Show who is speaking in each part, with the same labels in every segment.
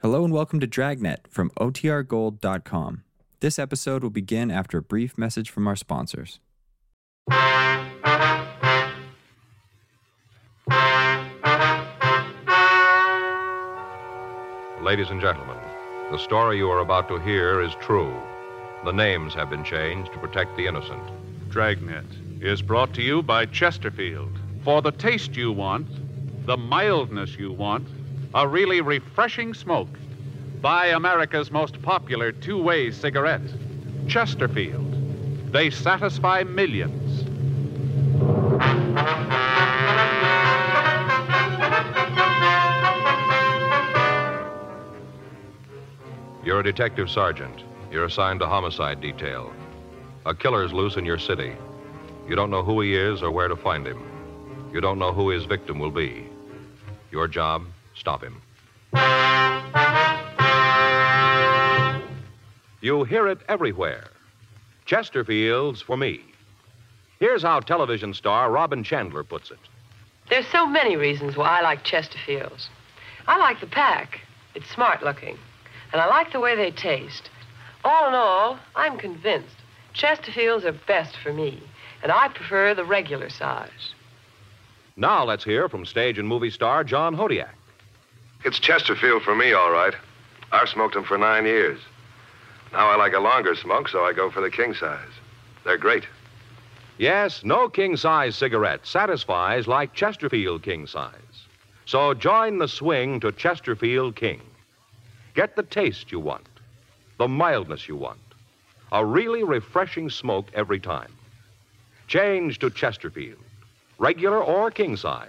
Speaker 1: Hello and welcome to Dragnet from OTRGold.com. This episode will begin after a brief message from our sponsors.
Speaker 2: Ladies and gentlemen, the story you are about to hear is true. The names have been changed to protect the innocent.
Speaker 3: Dragnet is brought to you by Chesterfield. For the taste you want, the mildness you want, a really refreshing smoke. Buy America's most popular two way cigarette, Chesterfield. They satisfy millions.
Speaker 2: You're a detective sergeant. You're assigned to homicide detail. A killer's loose in your city. You don't know who he is or where to find him. You don't know who his victim will be. Your job, stop him. You hear it everywhere. Chesterfield's for me. Here's how television star Robin Chandler puts it.
Speaker 4: There's so many reasons why I like Chesterfields. I like the pack. It's smart looking. And I like the way they taste. All in all, I'm convinced Chesterfields are best for me. And I prefer the regular size.
Speaker 2: Now let's hear from stage and movie star John Hodiak.
Speaker 5: It's Chesterfield for me, all right. I've smoked them for nine years. Now I like a longer smoke, so I go for the king size. They're great.
Speaker 2: Yes, no king size cigarette satisfies like Chesterfield king size. So join the swing to Chesterfield King. Get the taste you want, the mildness you want, a really refreshing smoke every time. Change to Chesterfield, regular or king size,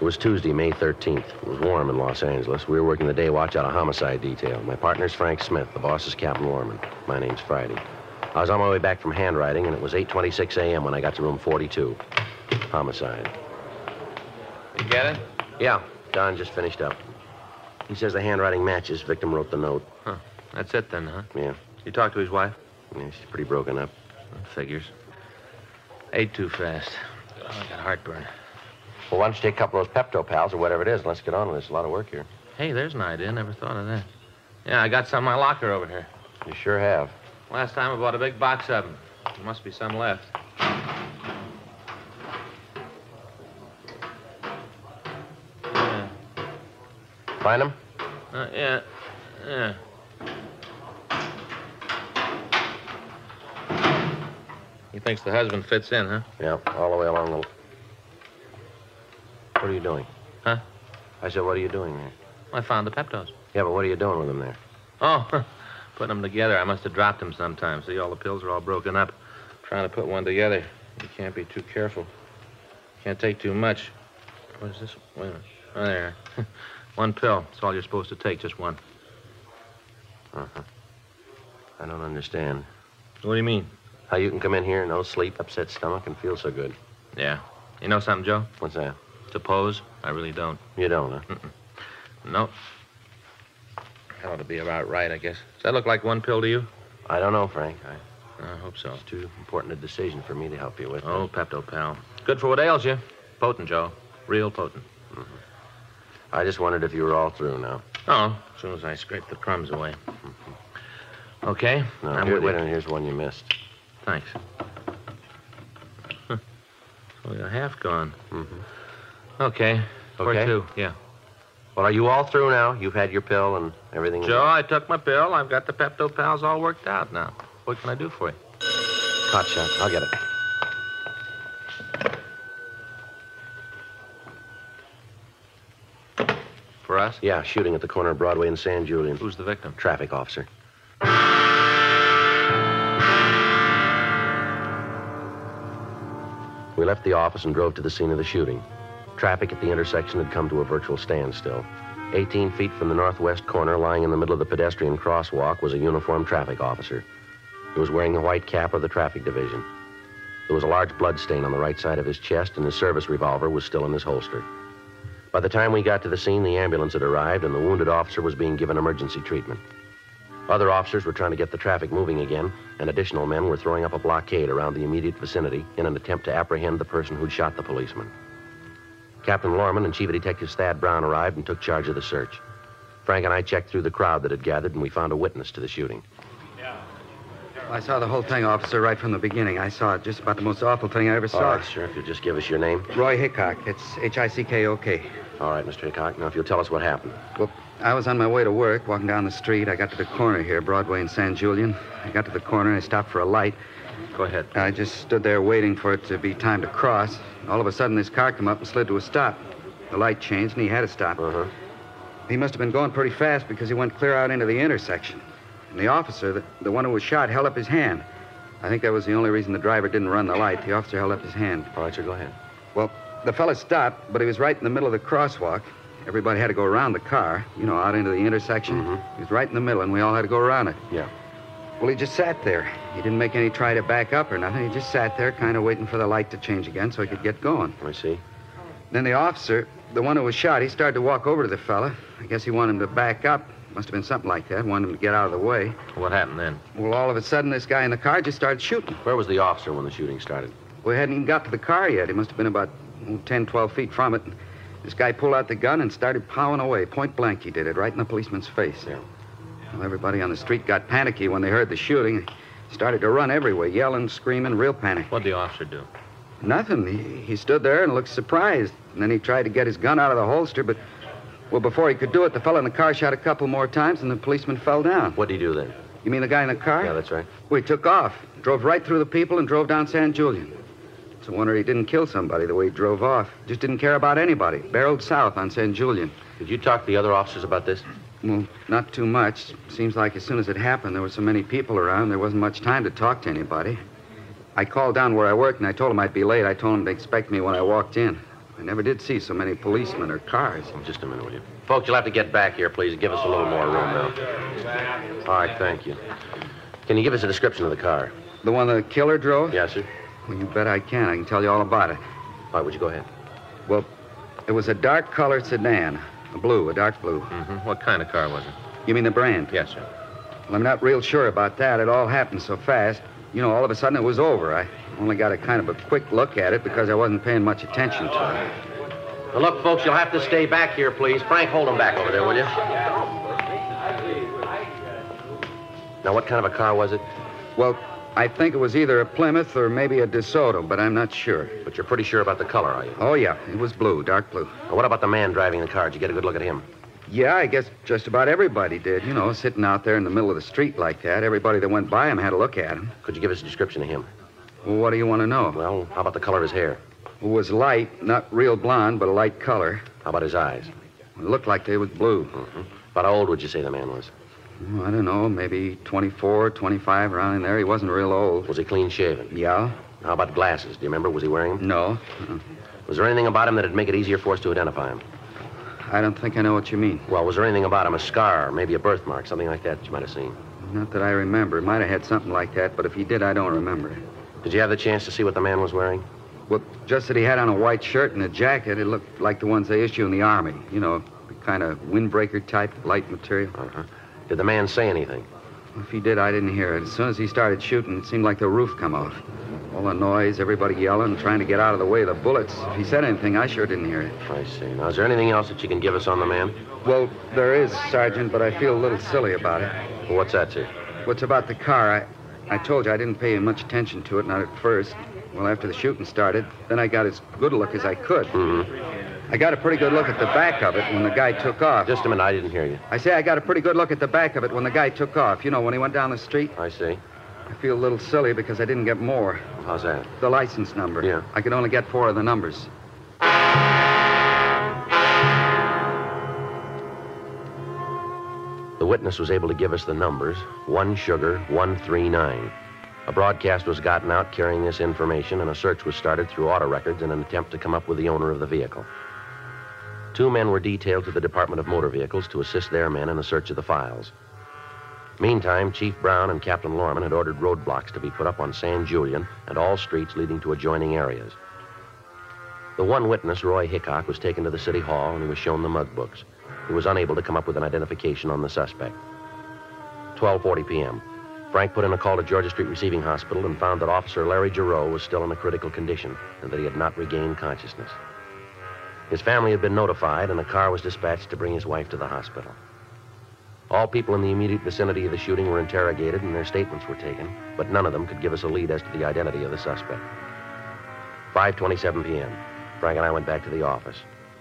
Speaker 6: It was Tuesday, May 13th. It was warm in Los Angeles. We were working the day watch out of homicide detail. My partner's Frank Smith. The boss is Captain Lorman. My name's Friday. I was on my way back from handwriting, and it was 8.26 a.m. when I got to room 42. Homicide.
Speaker 7: You get it?
Speaker 6: Yeah, Don just finished up. He says the handwriting matches. Victim wrote the note.
Speaker 7: Huh. That's it then, huh?
Speaker 6: Yeah,
Speaker 7: You talked to his wife?
Speaker 6: yeah she's pretty broken up.
Speaker 7: Figures. Ate too fast. Oh, I got heartburn.
Speaker 6: Well, why don't you take a couple of those Pepto Pals or whatever it is, and let's get on with this. A lot of work here.
Speaker 7: Hey, there's an idea. Never thought of that. Yeah, I got some in my locker over here.
Speaker 6: You sure have.
Speaker 7: Last time I bought a big box of them. There must be some left. Yeah.
Speaker 6: Find him?
Speaker 7: Uh, yeah. Yeah. He thinks the husband fits in, huh?
Speaker 6: Yeah, all the way along the. What are you doing?
Speaker 7: Huh?
Speaker 6: I said, what are you doing there?
Speaker 7: I found the Peptos.
Speaker 6: Yeah, but what are you doing with them there?
Speaker 7: Oh, putting them together. I must have dropped them sometime. See, all the pills are all broken up. Trying to put one together. You can't be too careful. Can't take too much. What is this? Wait a minute. Oh, there. one pill. That's all you're supposed to take, just one.
Speaker 6: I don't understand.
Speaker 7: What do you mean?
Speaker 6: How you can come in here, no sleep, upset stomach, and feel so good.
Speaker 7: Yeah. You know something, Joe?
Speaker 6: What's that?
Speaker 7: Suppose I really don't.
Speaker 6: You don't,
Speaker 7: Mm.
Speaker 6: huh?
Speaker 7: Nope. That ought to be about right, I guess. Does that look like one pill to you?
Speaker 6: I don't know, Frank. I,
Speaker 7: I hope so.
Speaker 6: it's too important a decision for me to help you with.
Speaker 7: Oh, Pepto Pal. Good for what ails you. Potent, Joe. Real potent.
Speaker 6: I just wondered if you were all through now.
Speaker 7: Oh, as soon as I scrape the crumbs away. Okay,
Speaker 6: No,
Speaker 7: I'm
Speaker 6: here-
Speaker 7: with
Speaker 6: wait a
Speaker 7: you.
Speaker 6: minute. Here's one you missed.
Speaker 7: Thanks. Huh. Only a half gone. Mm-hmm. Okay. Or
Speaker 6: Okay.
Speaker 7: two, yeah.
Speaker 6: Well, are you all through now? You've had your pill and everything.
Speaker 7: Joe, I took my pill. I've got the Pepto Pals all worked out now. What can I do for you?
Speaker 6: Hot shot. I'll get it.
Speaker 7: For us?
Speaker 6: Yeah, shooting at the corner of Broadway and San Julian.
Speaker 7: Who's the victim?
Speaker 6: Traffic officer. We left the office and drove to the scene of the shooting. Traffic at the intersection had come to a virtual standstill. 18 feet from the northwest corner, lying in the middle of the pedestrian crosswalk, was a uniformed traffic officer. He was wearing the white cap of the traffic division. There was a large blood stain on the right side of his chest, and his service revolver was still in his holster. By the time we got to the scene, the ambulance had arrived, and the wounded officer was being given emergency treatment. Other officers were trying to get the traffic moving again, and additional men were throwing up a blockade around the immediate vicinity in an attempt to apprehend the person who'd shot the policeman. Captain Lorman and Chief of Detectives Thad Brown arrived and took charge of the search. Frank and I checked through the crowd that had gathered, and we found a witness to the shooting.
Speaker 8: I saw the whole thing, officer, right from the beginning. I saw just about the most awful thing I ever
Speaker 6: All
Speaker 8: saw.
Speaker 6: right, sir, if you'll just give us your name.
Speaker 8: Roy Hickok. It's H I C K O K.
Speaker 6: All right, Mr. Hickok. Now, if you'll tell us what happened.
Speaker 8: Well, I was on my way to work, walking down the street. I got to the corner here, Broadway and San Julian. I got to the corner. I stopped for a light.
Speaker 7: Go ahead.
Speaker 8: I just stood there waiting for it to be time to cross. All of a sudden, this car come up and slid to a stop. The light changed, and he had to stop.
Speaker 6: Uh huh.
Speaker 8: He must have been going pretty fast because he went clear out into the intersection. And the officer, the, the one who was shot, held up his hand. I think that was the only reason the driver didn't run the light. The officer held up his hand.
Speaker 6: All right, sir, go ahead.
Speaker 8: Well, the fella stopped, but he was right in the middle of the crosswalk. Everybody had to go around the car, you know, out into the intersection.
Speaker 7: Mm-hmm.
Speaker 8: He was right in the middle, and we all had to go around it.
Speaker 6: Yeah.
Speaker 8: Well, he just sat there. He didn't make any try to back up or nothing. He just sat there, kind of waiting for the light to change again so he could get going.
Speaker 6: I see.
Speaker 8: Then the officer, the one who was shot, he started to walk over to the fella. I guess he wanted him to back up. Must have been something like that. Wanted him to get out of the way.
Speaker 7: What happened then?
Speaker 8: Well, all of a sudden, this guy in the car just started shooting.
Speaker 6: Where was the officer when the shooting started?
Speaker 8: We hadn't even got to the car yet. He must have been about oh, 10, 12 feet from it. This guy pulled out the gun and started plowing away. Point blank, he did it, right in the policeman's face. There. Well, everybody on the street got panicky when they heard the shooting. Started to run everywhere, yelling, screaming, real panic.
Speaker 7: What'd the officer do?
Speaker 8: Nothing. He, he stood there and looked surprised. And then he tried to get his gun out of the holster, but, well, before he could do it, the fellow in the car shot a couple more times and the policeman fell down.
Speaker 6: What did he do then?
Speaker 8: You mean the guy in the car?
Speaker 6: Yeah, that's right.
Speaker 8: We took off, drove right through the people, and drove down San Julian. It's a wonder he didn't kill somebody the way he drove off. Just didn't care about anybody. Barreled south on San Julian.
Speaker 6: Did you talk to the other officers about this?
Speaker 8: Well, not too much. Seems like as soon as it happened, there were so many people around, there wasn't much time to talk to anybody. I called down where I worked, and I told them I'd be late. I told them to expect me when I walked in. I never did see so many policemen or cars.
Speaker 6: Oh, just a minute, will you? Folks, you'll have to get back here, please, and give us a little more room now. All right, thank you. Can you give us a description of the car?
Speaker 8: The one the killer drove?
Speaker 6: Yes, sir.
Speaker 8: Well, you bet I can. I can tell you all about it.
Speaker 6: All right, would you go ahead?
Speaker 8: Well, it was a dark colored sedan. A blue, a dark blue.
Speaker 7: Mm-hmm. What kind of car was it?
Speaker 8: You mean the brand?
Speaker 7: Yes, sir.
Speaker 8: Well, I'm not real sure about that. It all happened so fast. You know, all of a sudden it was over. I only got a kind of a quick look at it because I wasn't paying much attention to it.
Speaker 6: Now, look, folks, you'll have to stay back here, please. Frank, hold him back over there, will you? Now, what kind of a car was it?
Speaker 8: Well, I think it was either a Plymouth or maybe a DeSoto, but I'm not sure.
Speaker 6: But you're pretty sure about the color, are you?
Speaker 8: Oh, yeah, it was blue, dark blue.
Speaker 6: Now, what about the man driving the car? Did you get a good look at him?
Speaker 8: Yeah, I guess just about everybody did. You know, sitting out there in the middle of the street like that, everybody that went by him had a look at him.
Speaker 6: Could you give us a description of him?
Speaker 8: Well, what do you want to know?
Speaker 6: Well, how about the color of his hair?
Speaker 8: It was light, not real blonde, but a light color.
Speaker 6: How about his eyes?
Speaker 8: It looked like they was blue.
Speaker 6: About how old would you say the man was?
Speaker 8: Oh, I don't know, maybe 24, 25, around in there. He wasn't real old.
Speaker 6: Was he clean shaven?
Speaker 8: Yeah?
Speaker 6: How about glasses? Do you remember? Was he wearing them?
Speaker 8: No.
Speaker 6: Was there anything about him that'd make it easier for us to identify him?
Speaker 8: I don't think I know what you mean.
Speaker 6: Well, was there anything about him, a scar, maybe a birthmark, something like that, that you might have seen?
Speaker 8: Not that I remember. Might have had something like that, but if he did, I don't remember it.
Speaker 6: Did you have the chance to see what the man was wearing?
Speaker 8: Well, just that he had on a white shirt and a jacket, it looked like the ones they issue in the Army. You know, the kind of windbreaker type, light material.
Speaker 6: Uh-huh. Did the man say anything?
Speaker 8: If he did, I didn't hear it. As soon as he started shooting, it seemed like the roof come off. All the noise, everybody yelling, trying to get out of the way of the bullets. If he said anything, I sure didn't hear it.
Speaker 6: I see. Now, is there anything else that you can give us on the man?
Speaker 8: Well, there is, Sergeant, but I feel a little silly about it.
Speaker 6: Well, what's that, sir?
Speaker 8: What's about the car? I, I told you I didn't pay much attention to it, not at first. Well, after the shooting started, then I got as good a look as I could. I got a pretty good look at the back of it when the guy took off.
Speaker 6: Just a minute, I didn't hear you.
Speaker 8: I say I got a pretty good look at the back of it when the guy took off. You know, when he went down the street,
Speaker 6: I see.
Speaker 8: I feel a little silly because I didn't get more.
Speaker 6: How's that?
Speaker 8: The license number.
Speaker 6: Yeah.
Speaker 8: I could only get four of the numbers.
Speaker 6: The witness was able to give us the numbers 1 Sugar 139. A broadcast was gotten out carrying this information, and a search was started through auto records in an attempt to come up with the owner of the vehicle. Two men were detailed to the Department of Motor Vehicles to assist their men in the search of the files. Meantime, Chief Brown and Captain Lorman had ordered roadblocks to be put up on San Julian and all streets leading to adjoining areas. The one witness, Roy Hickok, was taken to the city hall and he was shown the mug books. He was unable to come up with an identification on the suspect. 12:40 p.m. Frank put in a call to Georgia Street Receiving Hospital and found that Officer Larry Giroux was still in a critical condition and that he had not regained consciousness. His family had been notified, and a car was dispatched to bring his wife to the hospital. All people in the immediate vicinity of the shooting were interrogated and their statements were taken, but none of them could give us a lead as to the identity of the suspect. 5:27 p.m. Frank and I went back to the office.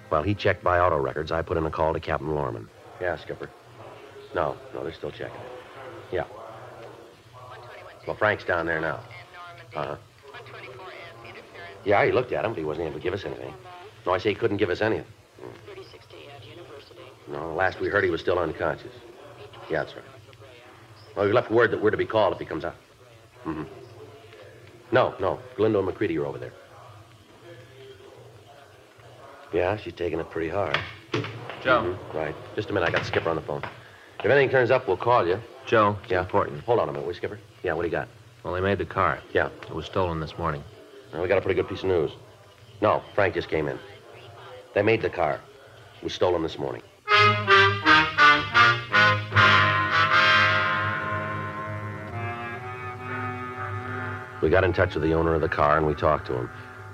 Speaker 6: While he checked by auto records, I put in a call to Captain Lorman. Yeah, Skipper. No, no, they're still checking it. Yeah. Well, Frank's down there now. Uh-huh. Yeah, he looked at him, but he wasn't able to give us anything. No, I say he couldn't give us anything. No, last we heard he was still unconscious. Yeah, that's right. Well, we left word that we're to be called if he comes out. Mm-hmm. No, no. Glenda and McCready are over there. Yeah, she's taking it pretty hard.
Speaker 7: Joe.
Speaker 6: Mhm, Right. Just a minute. I got Skipper on the phone. If anything turns up, we'll call you.
Speaker 7: Joe, it's
Speaker 6: Yeah.
Speaker 7: important.
Speaker 6: Hold on a minute, will you, Skipper? Yeah, what do you got?
Speaker 7: Well, they made the car.
Speaker 6: Yeah.
Speaker 7: It was stolen this morning.
Speaker 6: Well, we got a pretty good piece of news. No, Frank just came in. They made the car. It was stolen this morning. We got in touch with the owner of the car and we talked to him.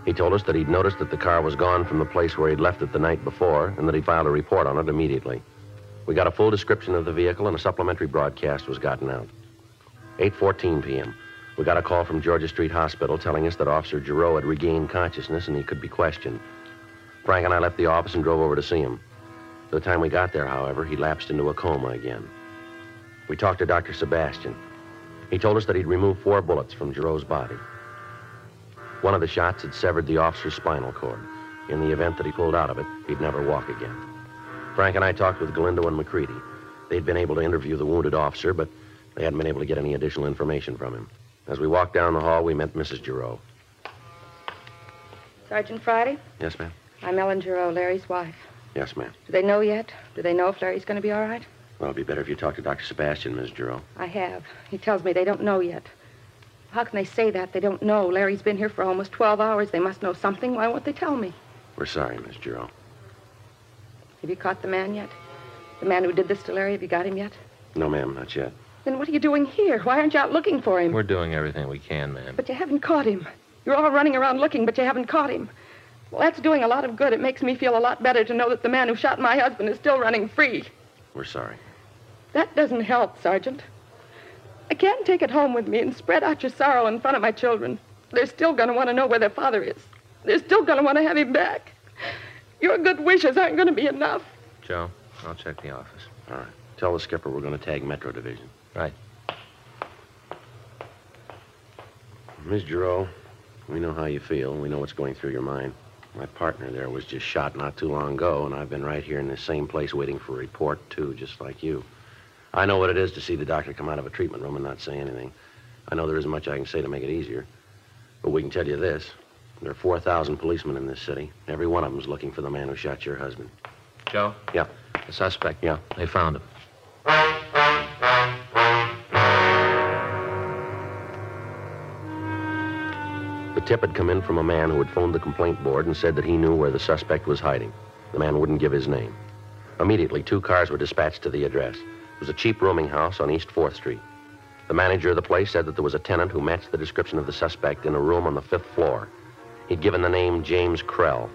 Speaker 6: He told us that he'd noticed that the car was gone from the place where he'd left it the night before and that he filed a report on it immediately. We got a full description of the vehicle and a supplementary broadcast was gotten out. 8:14 p.m. We got a call from Georgia Street Hospital telling us that Officer Giroux had regained consciousness and he could be questioned. Frank and I left the office and drove over to see him. By the time we got there, however, he lapsed into a coma again. We talked to Dr. Sebastian. He told us that he'd removed four bullets from Giroux's body. One of the shots had severed the officer's spinal cord. In the event that he pulled out of it, he'd never walk again. Frank and I talked with Galindo and McCready. They'd been able to interview the wounded officer, but they hadn't been able to get any additional information from him. As we walked down the hall, we met Mrs. Giroux.
Speaker 9: Sergeant Friday,
Speaker 6: Yes, ma'am?
Speaker 9: I'm Ellen Giroux, Larry's wife.
Speaker 6: Yes, ma'am.
Speaker 9: Do they know yet? Do they know if Larry's going to be all right?
Speaker 6: Well, it'd be better if you talked to Dr. Sebastian, Miss Giroux.
Speaker 9: I have. He tells me they don't know yet. How can they say that? They don't know. Larry's been here for almost 12 hours. They must know something. Why won't they tell me?
Speaker 6: We're sorry, Miss Giroux.
Speaker 9: Have you caught the man yet? The man who did this to Larry, have you got him yet?
Speaker 6: No, ma'am, not yet.
Speaker 9: Then what are you doing here? Why aren't you out looking for him?
Speaker 7: We're doing everything we can, ma'am.
Speaker 9: But you haven't caught him. You're all running around looking, but you haven't caught him. Well, that's doing a lot of good. It makes me feel a lot better to know that the man who shot my husband is still running free.
Speaker 6: We're sorry.
Speaker 9: That doesn't help, Sergeant. I can't take it home with me and spread out your sorrow in front of my children. They're still going to want to know where their father is. They're still going to want to have him back. Your good wishes aren't going to be enough.
Speaker 7: Joe, I'll check the office.
Speaker 6: All right. Tell the skipper we're going to tag Metro Division.
Speaker 7: Right.
Speaker 6: Miss Giroux, we know how you feel. We know what's going through your mind. My partner there was just shot not too long ago, and I've been right here in this same place waiting for a report, too, just like you. I know what it is to see the doctor come out of a treatment room and not say anything. I know there isn't much I can say to make it easier. But we can tell you this. There are 4,000 policemen in this city. Every one of them's looking for the man who shot your husband.
Speaker 7: Joe?
Speaker 6: Yeah.
Speaker 7: The suspect.
Speaker 6: Yeah.
Speaker 7: They found him.
Speaker 6: The tip had come in from a man who had phoned the complaint board and said that he knew where the suspect was hiding. The man wouldn't give his name. Immediately, two cars were dispatched to the address. It was a cheap rooming house on East 4th Street. The manager of the place said that there was a tenant who matched the description of the suspect in a room on the fifth floor. He'd given the name James Krell.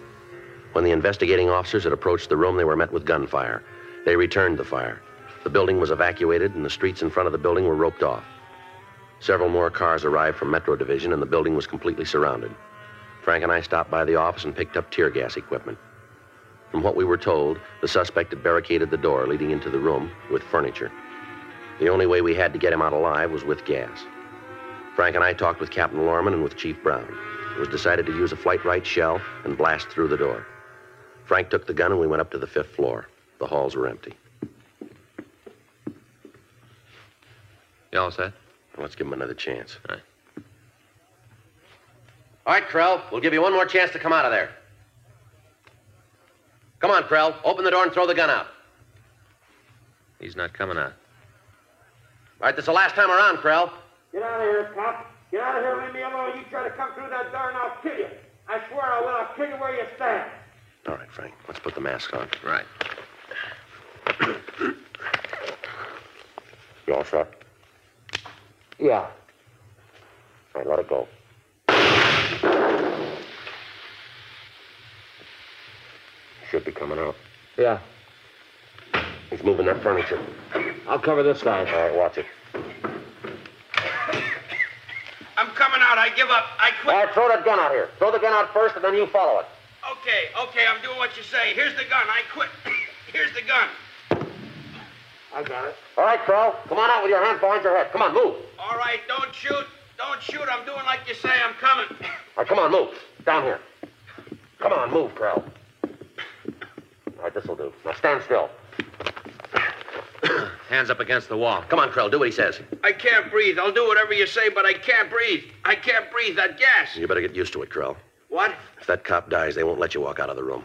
Speaker 6: When the investigating officers had approached the room, they were met with gunfire. They returned the fire. The building was evacuated, and the streets in front of the building were roped off. Several more cars arrived from Metro Division, and the building was completely surrounded. Frank and I stopped by the office and picked up tear gas equipment. From what we were told, the suspect had barricaded the door leading into the room with furniture. The only way we had to get him out alive was with gas. Frank and I talked with Captain Lorman and with Chief Brown. It was decided to use a flight right shell and blast through the door. Frank took the gun and we went up to the fifth floor. The halls were empty.
Speaker 7: You all set?
Speaker 6: Let's give him another chance.
Speaker 7: All right.
Speaker 6: All right, Krell. We'll give you one more chance to come out of there.
Speaker 7: Come on, Krell. Open the door and throw the gun out. He's not coming out. All right, this is the last time around, Krell.
Speaker 10: Get out of here, cop. Get out of here, leave me alone. You try to come through that door and I'll kill you. I swear I will. I'll kill you where you stand.
Speaker 6: All right, Frank, let's put the mask on.
Speaker 7: Right.
Speaker 6: You all shot?
Speaker 10: Yeah.
Speaker 6: All right, let it go. Should be coming out.
Speaker 10: Yeah.
Speaker 6: He's moving that furniture.
Speaker 10: I'll cover this
Speaker 6: All
Speaker 10: guy.
Speaker 6: right, watch it.
Speaker 10: I'm coming out. I give up. I
Speaker 6: All
Speaker 10: quit.
Speaker 6: right, throw that gun out here. Throw the gun out first, and then you follow it.
Speaker 10: Okay, okay, I'm doing what you say. Here's the gun. I quit. Here's the gun. I got it.
Speaker 6: All right, Crow, come on out with your hands behind your head. Come on, move. All
Speaker 10: All right, don't shoot. Don't shoot. I'm doing like you say. I'm coming.
Speaker 6: right, come on, move. Down here. Come on, move, Crow. All right, this will do. Now stand still.
Speaker 7: Hands up against the wall.
Speaker 6: Come on, Krell, do what he says.
Speaker 10: I can't breathe. I'll do whatever you say, but I can't breathe. I can't breathe. That gas.
Speaker 6: You better get used to it, Krell.
Speaker 10: What?
Speaker 6: If that cop dies, they won't let you walk out of the room.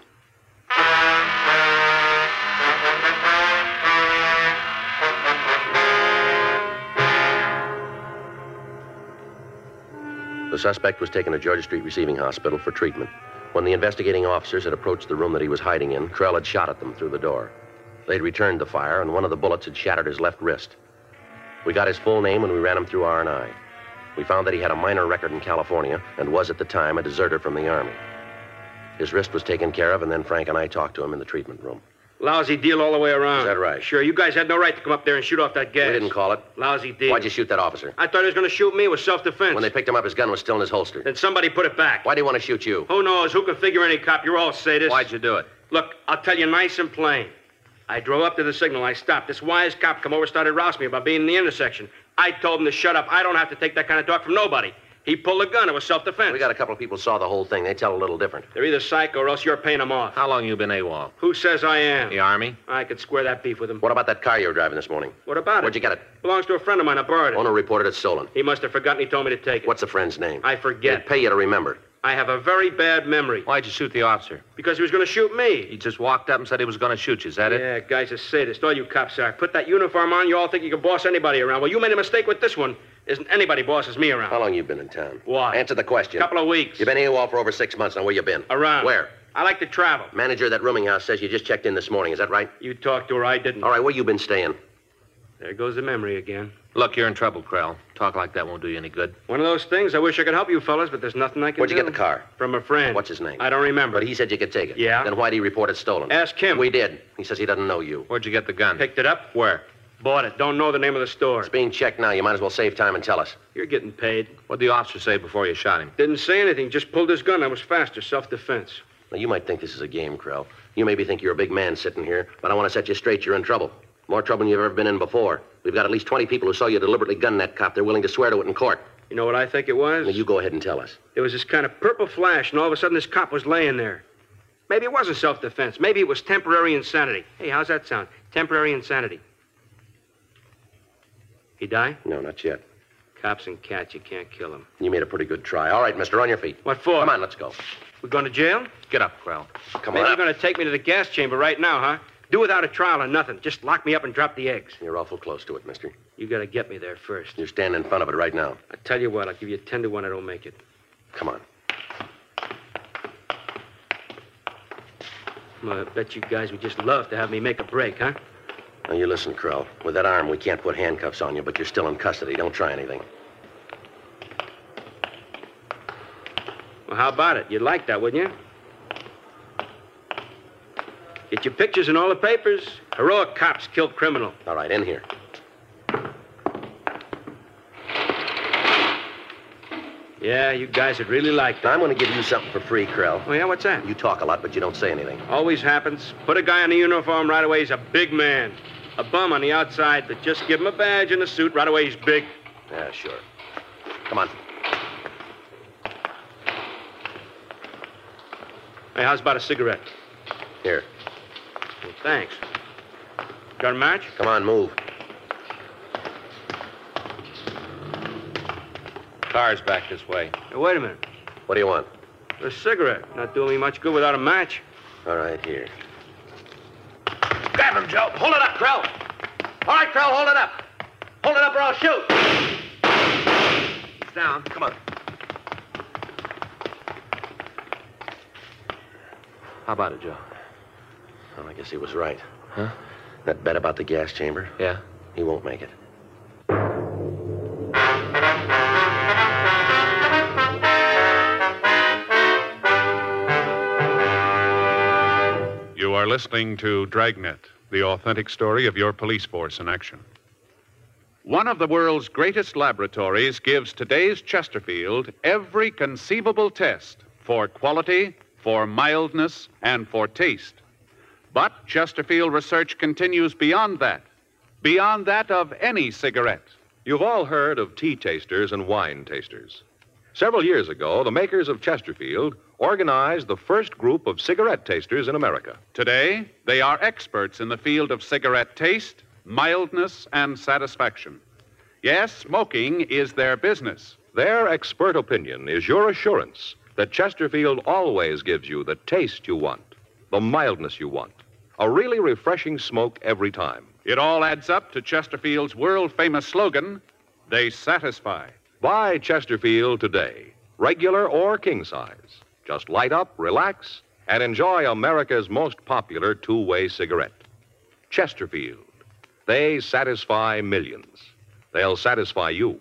Speaker 6: The suspect was taken to Georgia Street Receiving Hospital for treatment. When the investigating officers had approached the room that he was hiding in, Krell had shot at them through the door. They'd returned the fire, and one of the bullets had shattered his left wrist. We got his full name and we ran him through R&I. We found that he had a minor record in California and was at the time a deserter from the Army. His wrist was taken care of, and then Frank and I talked to him in the treatment room.
Speaker 10: Lousy deal all the way around.
Speaker 6: Is that right?
Speaker 10: Sure. You guys had no right to come up there and shoot off that gas.
Speaker 6: We didn't call it.
Speaker 10: Lousy deal.
Speaker 6: Why'd you shoot that officer?
Speaker 10: I thought he was going to shoot me. It was self-defense.
Speaker 6: When they picked him up, his gun was still in his holster.
Speaker 10: Then somebody put it back.
Speaker 6: Why do you want to shoot you?
Speaker 10: Who knows? Who can figure any cop? You're all sadists.
Speaker 7: Why'd you do it?
Speaker 10: Look, I'll tell you nice and plain. I drove up to the signal. I stopped. This wise cop come over, started rousing me about being in the intersection. I told him to shut up. I don't have to take that kind of talk from nobody. He pulled a gun. It was self-defense.
Speaker 6: We got a couple of people saw the whole thing. They tell a little different.
Speaker 10: They're either psycho or else you're paying them off.
Speaker 7: How long you been AWOL?
Speaker 10: Who says I am?
Speaker 7: The Army?
Speaker 10: I could square that beef with him.
Speaker 6: What about that car you were driving this morning?
Speaker 10: What about it?
Speaker 6: Where'd you get it?
Speaker 10: Belongs to a friend of mine. I borrowed it.
Speaker 6: Owner reported it's stolen.
Speaker 10: He must have forgotten. He told me to take it.
Speaker 6: What's the friend's name?
Speaker 10: I forget.
Speaker 6: They'd pay you to remember.
Speaker 10: I have a very bad memory
Speaker 7: Why'd you shoot the officer?
Speaker 10: because he was going to shoot me.
Speaker 7: He just walked up and said he was going to shoot you. Is that it?
Speaker 10: Yeah, guys, a sadist. All you cops are. Put that uniform on. You all think you can boss anybody around. Well, you made a mistake with this one. Isn't anybody bosses me around?
Speaker 6: How long you been in town?
Speaker 10: Why?
Speaker 6: Answer the
Speaker 10: A
Speaker 6: question.
Speaker 10: couple of weeks.
Speaker 6: You've been AWOL for over six months. Now, where you been?
Speaker 10: around.
Speaker 6: Where?
Speaker 10: I like to travel.
Speaker 6: Manager of that rooming house says you just checked in this morning. Is that right?
Speaker 10: You talked to her. I didn't.
Speaker 6: All right, where you been staying?
Speaker 10: There goes the memory again.
Speaker 7: Look, you're in trouble, Krell. Talk like that won't do you any good.
Speaker 10: One of those things. I wish I could help you fellas, but there's nothing I can
Speaker 6: Where'd you
Speaker 10: do.
Speaker 6: get the car?
Speaker 10: From a friend.
Speaker 6: What's his name?
Speaker 10: I don't remember.
Speaker 6: But he said you could take it.
Speaker 10: Yeah.
Speaker 6: Then why'd he report it stolen?
Speaker 10: Ask him.
Speaker 6: We did. He says he doesn't know you.
Speaker 7: Where'd you get the gun?
Speaker 10: picked it up.
Speaker 7: Where?
Speaker 10: Bought it. Don't know the name of the store.
Speaker 6: It's being checked now. You might as well save time and tell us.
Speaker 10: You're getting paid.
Speaker 7: What'd the officer say before you shot him?
Speaker 10: Didn't say anything. Just pulled his gun. I was faster. Self-defense.
Speaker 6: Now, you might think this is a game, Krell. You maybe think you're a big man sitting here, but I want to set you straight. You're in trouble. More trouble than you've ever been in before. We've got at least 20 people who saw you deliberately gun that cop. They're willing to swear to it in court.
Speaker 10: You know what I think it was?
Speaker 6: Now, you go ahead and tell us.
Speaker 10: There was this kind of purple flash, and all of a sudden this cop was laying there. Maybe it wasn't self defense. Maybe it was temporary insanity. Hey, how's that sound? Temporary insanity. He die?
Speaker 6: No, not yet.
Speaker 10: Cops and cats, you can't kill them.
Speaker 6: You made a pretty good try. All right, mister, on your feet.
Speaker 10: What for?
Speaker 6: Come on, let's go.
Speaker 10: We're going to jail?
Speaker 7: Get up, Krell.
Speaker 6: Come
Speaker 10: Maybe
Speaker 6: on.
Speaker 10: you're
Speaker 6: up.
Speaker 10: going to take me to the gas chamber right now, huh? Do without a trial or nothing. Just lock me up and drop the eggs.
Speaker 6: You're awful close to it, mister.
Speaker 10: You got to get me there first.
Speaker 6: You're standing in front of it right now.
Speaker 10: I tell you what, I'll give you 10 to 1 I don't make it.
Speaker 6: Come on.
Speaker 10: Well, I bet you guys would just love to have me make a break, huh?
Speaker 6: Now, you listen, Krell. With that arm, we can't put handcuffs on you, but you're still in custody. Don't try anything.
Speaker 10: Well, how about it? You'd like that, wouldn't you? Get your pictures in all the papers. Heroic cops killed criminal.
Speaker 6: All right, in here.
Speaker 10: Yeah, you guys would really like
Speaker 6: Now,
Speaker 10: that.
Speaker 6: I'm going to give you something for free, Krell.
Speaker 10: Oh, yeah, what's that? Oh.
Speaker 6: You talk a lot, but you don't say anything.
Speaker 10: Always happens. Put a guy in a uniform right away, he's a big man. A bum on the outside, but just give him a badge and a suit right away, he's big.
Speaker 6: Yeah, sure. Come on.
Speaker 10: Hey, how's about a cigarette?
Speaker 6: Here.
Speaker 10: Well, thanks. Got a match?
Speaker 6: Come on, move.
Speaker 7: Car's back this way.
Speaker 10: Hey, wait a minute.
Speaker 6: What do you want?
Speaker 10: A cigarette. Not doing me much good without a match.
Speaker 6: All right, here.
Speaker 1: Grab him, Joe. Hold it up, Krell. All right, Krell, hold it up. Hold it up or I'll shoot. He's down. Come on.
Speaker 6: How about it, Joe? Well, I guess he was right. Huh? That bet about the gas chamber? Yeah. He won't make it.
Speaker 3: You are listening to Dragnet, the authentic story of your police force in action. One of the world's greatest laboratories gives today's Chesterfield every conceivable test for quality, for mildness, and for taste. But Chesterfield research continues beyond that, beyond that of any cigarette.
Speaker 2: You've all heard of tea tasters and wine tasters. Several years ago, the makers of Chesterfield organized the first group of cigarette tasters in America.
Speaker 3: Today, they are experts in the field of cigarette taste, mildness, and satisfaction. Yes, smoking is their business.
Speaker 2: Their expert opinion is your assurance that Chesterfield always gives you the taste you want, the mildness you want, a really refreshing smoke every time.
Speaker 3: It all adds up to Chesterfield's world famous slogan they satisfy.
Speaker 2: Buy Chesterfield today, regular or king size. Just light up, relax, and enjoy America's most popular two way cigarette Chesterfield. They satisfy millions. They'll satisfy you.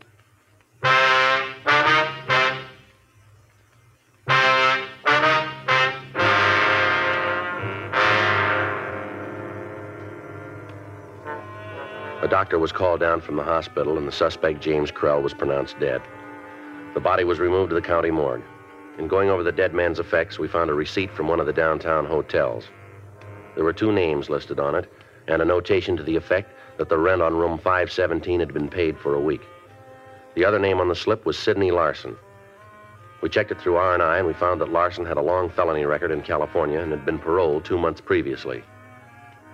Speaker 6: A doctor was called down from the hospital, and the suspect, James Krell, was pronounced dead. The body was removed to the county morgue. In going over the dead man's effects, we found a receipt from one of the downtown hotels. There were two names listed on it, and a notation to the effect that the rent on room 517 had been paid for a week. The other name on the slip was Sidney Larson. We checked it through R&I, and we found that Larson had a long felony record in California and had been paroled two months previously.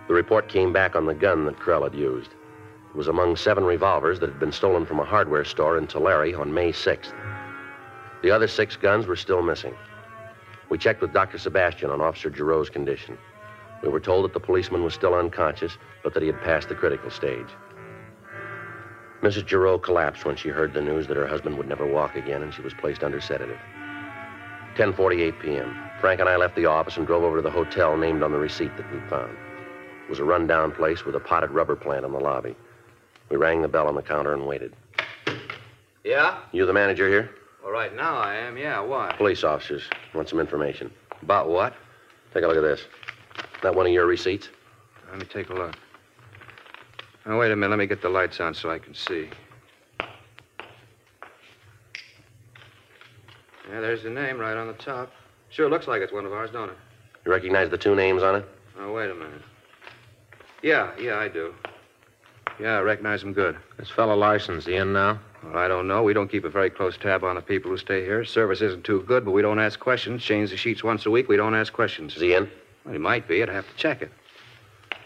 Speaker 6: The report came back on the gun that Krell had used. It was among seven revolvers that had been stolen from a hardware store in Tulare on May 6th. The other six guns were still missing. We checked with Dr. Sebastian on Officer Giroux's condition. We were told that the policeman was still unconscious, but that he had passed the critical stage. Mrs. Giroux collapsed when she heard the news that her husband would never walk again, and she was placed under sedative. 10:48 p.m. Frank and I left the office and drove over to the hotel named on the receipt that we found. It was a rundown place with a potted rubber plant in the lobby. We rang the bell on the counter and waited.
Speaker 1: Yeah?
Speaker 6: You the manager here?
Speaker 1: Well, right now I am. Yeah, why?
Speaker 6: Police officers want some information.
Speaker 1: About what?
Speaker 6: Take a look at this. That one of your receipts?
Speaker 1: Let me take a look. Now, wait a minute. Let me get the lights on so I can see. Yeah, there's the name right on the top. Sure looks like it's one of ours, don't it?
Speaker 6: You recognize the two names on it?
Speaker 1: Oh, wait a minute. Yeah, yeah, I do. Yeah, I recognize him good.
Speaker 7: This fellow Larson's he in now?
Speaker 1: Well, I don't know. We don't keep a very close tab on the people who stay here. Service isn't too good, but we don't ask questions. Change the sheets once a week. We don't ask questions.
Speaker 6: Is he in?
Speaker 1: Well, he might be. I'd have to check it.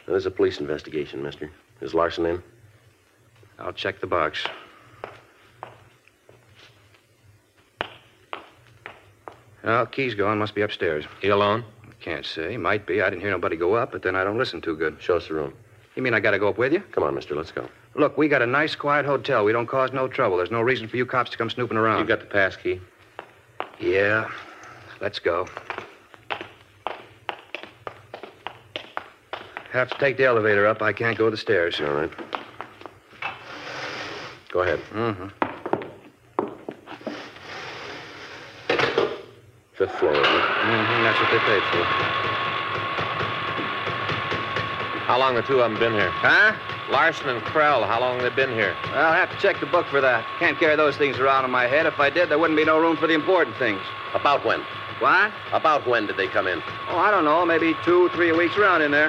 Speaker 6: Now, this is a police investigation, mister. Is Larson in?
Speaker 1: I'll check the box. Oh, key's gone. Must be upstairs.
Speaker 7: He alone?
Speaker 1: Can't say. Might be. I didn't hear nobody go up, but then I don't listen too good.
Speaker 6: Show us the room.
Speaker 1: You mean I gotta go up with you?
Speaker 6: Come on, mister. Let's go.
Speaker 1: Look, we got a nice, quiet hotel. We don't cause no trouble. There's no reason for you cops to come snooping around.
Speaker 7: You got the pass key.
Speaker 1: Yeah. Let's go. Have to take the elevator up. I can't go the stairs.
Speaker 6: All right. Go ahead.
Speaker 1: Mm-hmm.
Speaker 6: Fifth floor. isn't it?
Speaker 1: Mm-hmm. That's what they paid for.
Speaker 7: How long the two of them been here?
Speaker 1: Huh?
Speaker 7: Larson and Krell, how long they been here?
Speaker 1: I'll have to check the book for that. Can't carry those things around in my head. If I did, there wouldn't be no room for the important things.
Speaker 6: About when?
Speaker 1: What?
Speaker 6: About when did they come in?
Speaker 1: Oh, I don't know. Maybe two, three weeks around in there.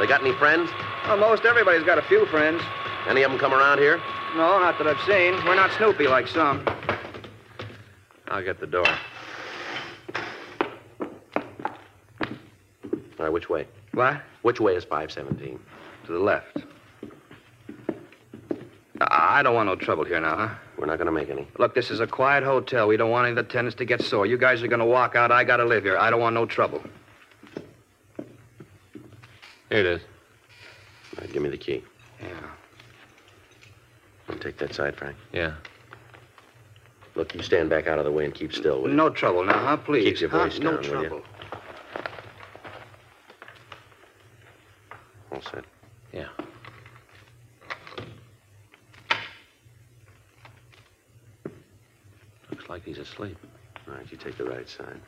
Speaker 6: They got any friends?
Speaker 1: Almost everybody's got a few friends.
Speaker 6: Any of them come around here?
Speaker 1: No, not that I've seen. We're not Snoopy like some.
Speaker 7: I'll get the door.
Speaker 6: All right, which way?
Speaker 1: What?
Speaker 6: Which way is 517?
Speaker 1: To the left. I I don't want no trouble here now, huh?
Speaker 6: We're not going to make any.
Speaker 1: Look, this is a quiet hotel. We don't want any of the tenants to get sore. You guys are going to walk out. I got to live here. I don't want no trouble.
Speaker 7: Here it is.
Speaker 6: All right, give me the key.
Speaker 1: Yeah.
Speaker 6: I'll take that side, Frank.
Speaker 7: Yeah.
Speaker 6: Look, you stand back out of the way and keep still, will you?
Speaker 1: No trouble now, huh? Please.
Speaker 6: Keep your
Speaker 1: huh?
Speaker 6: voice
Speaker 1: No
Speaker 6: down, will you?
Speaker 1: trouble.
Speaker 6: All set.
Speaker 7: Yeah. Looks like he's asleep.
Speaker 6: All right, you take the right side.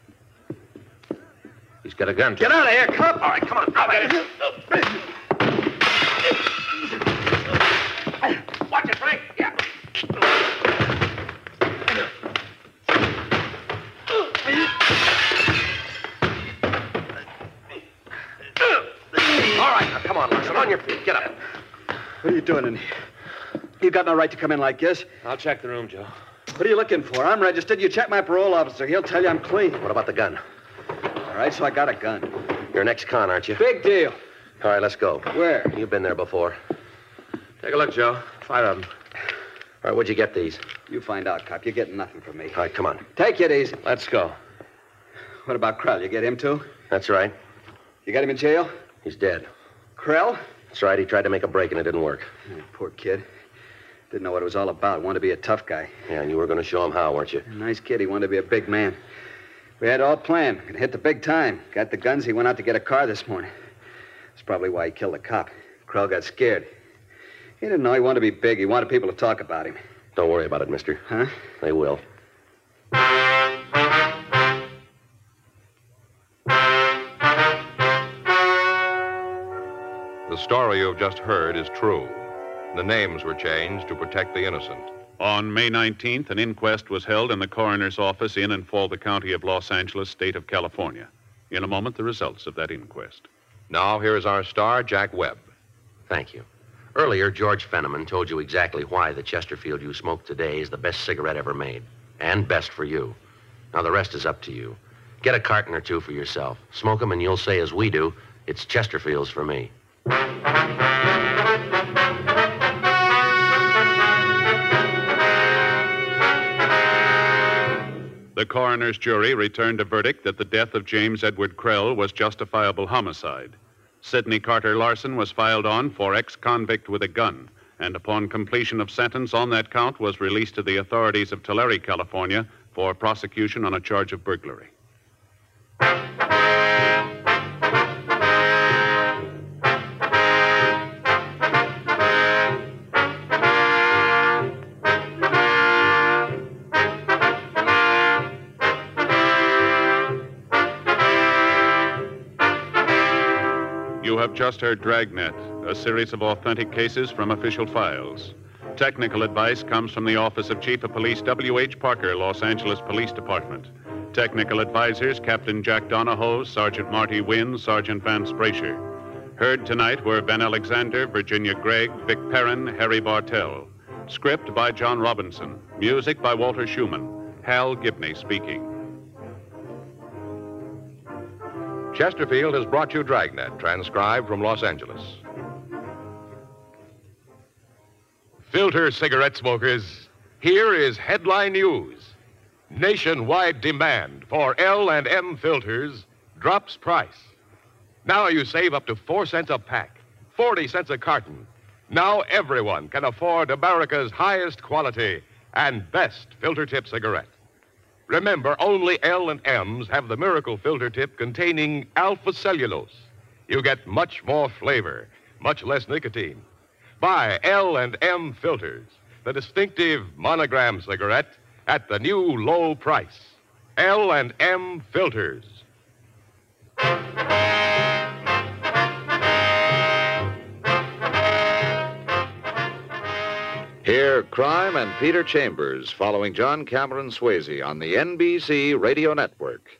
Speaker 7: He's got a gun.
Speaker 11: Get out of here, cop! All right, come on. Drop it. Watch it, Frank. Yeah.
Speaker 6: All right, now come on, Larson. On your feet. Get up.
Speaker 12: What are you doing in here? You got no right to come in like this.
Speaker 7: I'll check the room, Joe.
Speaker 12: What are you looking for? I'm registered. You check my parole officer. He'll tell you I'm clean.
Speaker 6: What about the gun?
Speaker 12: All right, so I got a gun.
Speaker 6: You're an ex-con, aren't you?
Speaker 12: Big deal.
Speaker 6: All right, let's go.
Speaker 12: Where?
Speaker 6: You've been there before. All
Speaker 7: Take a look, Joe. Five of them.
Speaker 6: right, where'd you get these?
Speaker 12: You find out, cop. You're getting nothing from me.
Speaker 6: All right, come on.
Speaker 12: Take it easy.
Speaker 6: Let's go.
Speaker 12: What about Krell? You get him too?
Speaker 6: That's right.
Speaker 12: You got him in jail?
Speaker 6: He's dead.
Speaker 12: Krell?
Speaker 6: That's right. He tried to make a break and it didn't work.
Speaker 12: Oh, poor kid. Didn't know what it was all about. Wanted to be a tough guy.
Speaker 6: Yeah, and you were going to show him how, weren't you?
Speaker 12: Nice kid. He wanted to be a big man. We had it all planned. Could hit the big time. Got the guns. He went out to get a car this morning. That's probably why he killed the cop. Krell got scared. He didn't know he wanted to be big. He wanted people to talk about him.
Speaker 6: Don't worry about it, mister.
Speaker 12: Huh?
Speaker 6: They will.
Speaker 5: The story you've just heard is true. The names were changed to protect the innocent.
Speaker 3: On May 19th, an inquest was held in the coroner's office in and for the county of Los Angeles, state of California. In a moment, the results of that inquest.
Speaker 5: Now, here is our star, Jack Webb.
Speaker 6: Thank you. Earlier, George Fenneman told you exactly why the Chesterfield you smoke today is the best cigarette ever made, and best for you. Now, the rest is up to you. Get a carton or two for yourself. Smoke 'em, and you'll say, as we do, it's Chesterfield's for me.
Speaker 3: The coroner's jury returned a verdict that the death of James Edward Krell was justifiable homicide. Sidney Carter Larson was filed on for ex convict with a gun, and upon completion of sentence on that count was released to the authorities of Tulare, California, for prosecution on a charge of burglary. You have just heard Dragnet, a series of authentic cases from official files. Technical advice comes from the Office of Chief of Police W.H. Parker, Los Angeles Police Department. Technical advisors Captain Jack Donahoe, Sergeant Marty Wynn, Sergeant Vance Brasher. Heard tonight were Ben Alexander, Virginia Gregg, Vic Perrin, Harry Bartell. Script by John Robinson. Music by Walter Schumann. Hal Gibney speaking.
Speaker 5: Chesterfield has brought you Dragnet, transcribed from Los Angeles. Filter cigarette smokers, here is headline news. Nationwide demand for L and M filters drops price. Now you save up to 4 cents a pack, 40 cents a carton. Now everyone can afford America's highest quality and best filter tip cigarette. Remember, only L and M's have the miracle filter tip containing alpha cellulose. You get much more flavor, much less nicotine. Buy L and M filters, the distinctive monogram cigarette at the new low price. L and M filters.
Speaker 2: Hear Crime and Peter Chambers following John Cameron Swayze on the NBC Radio Network.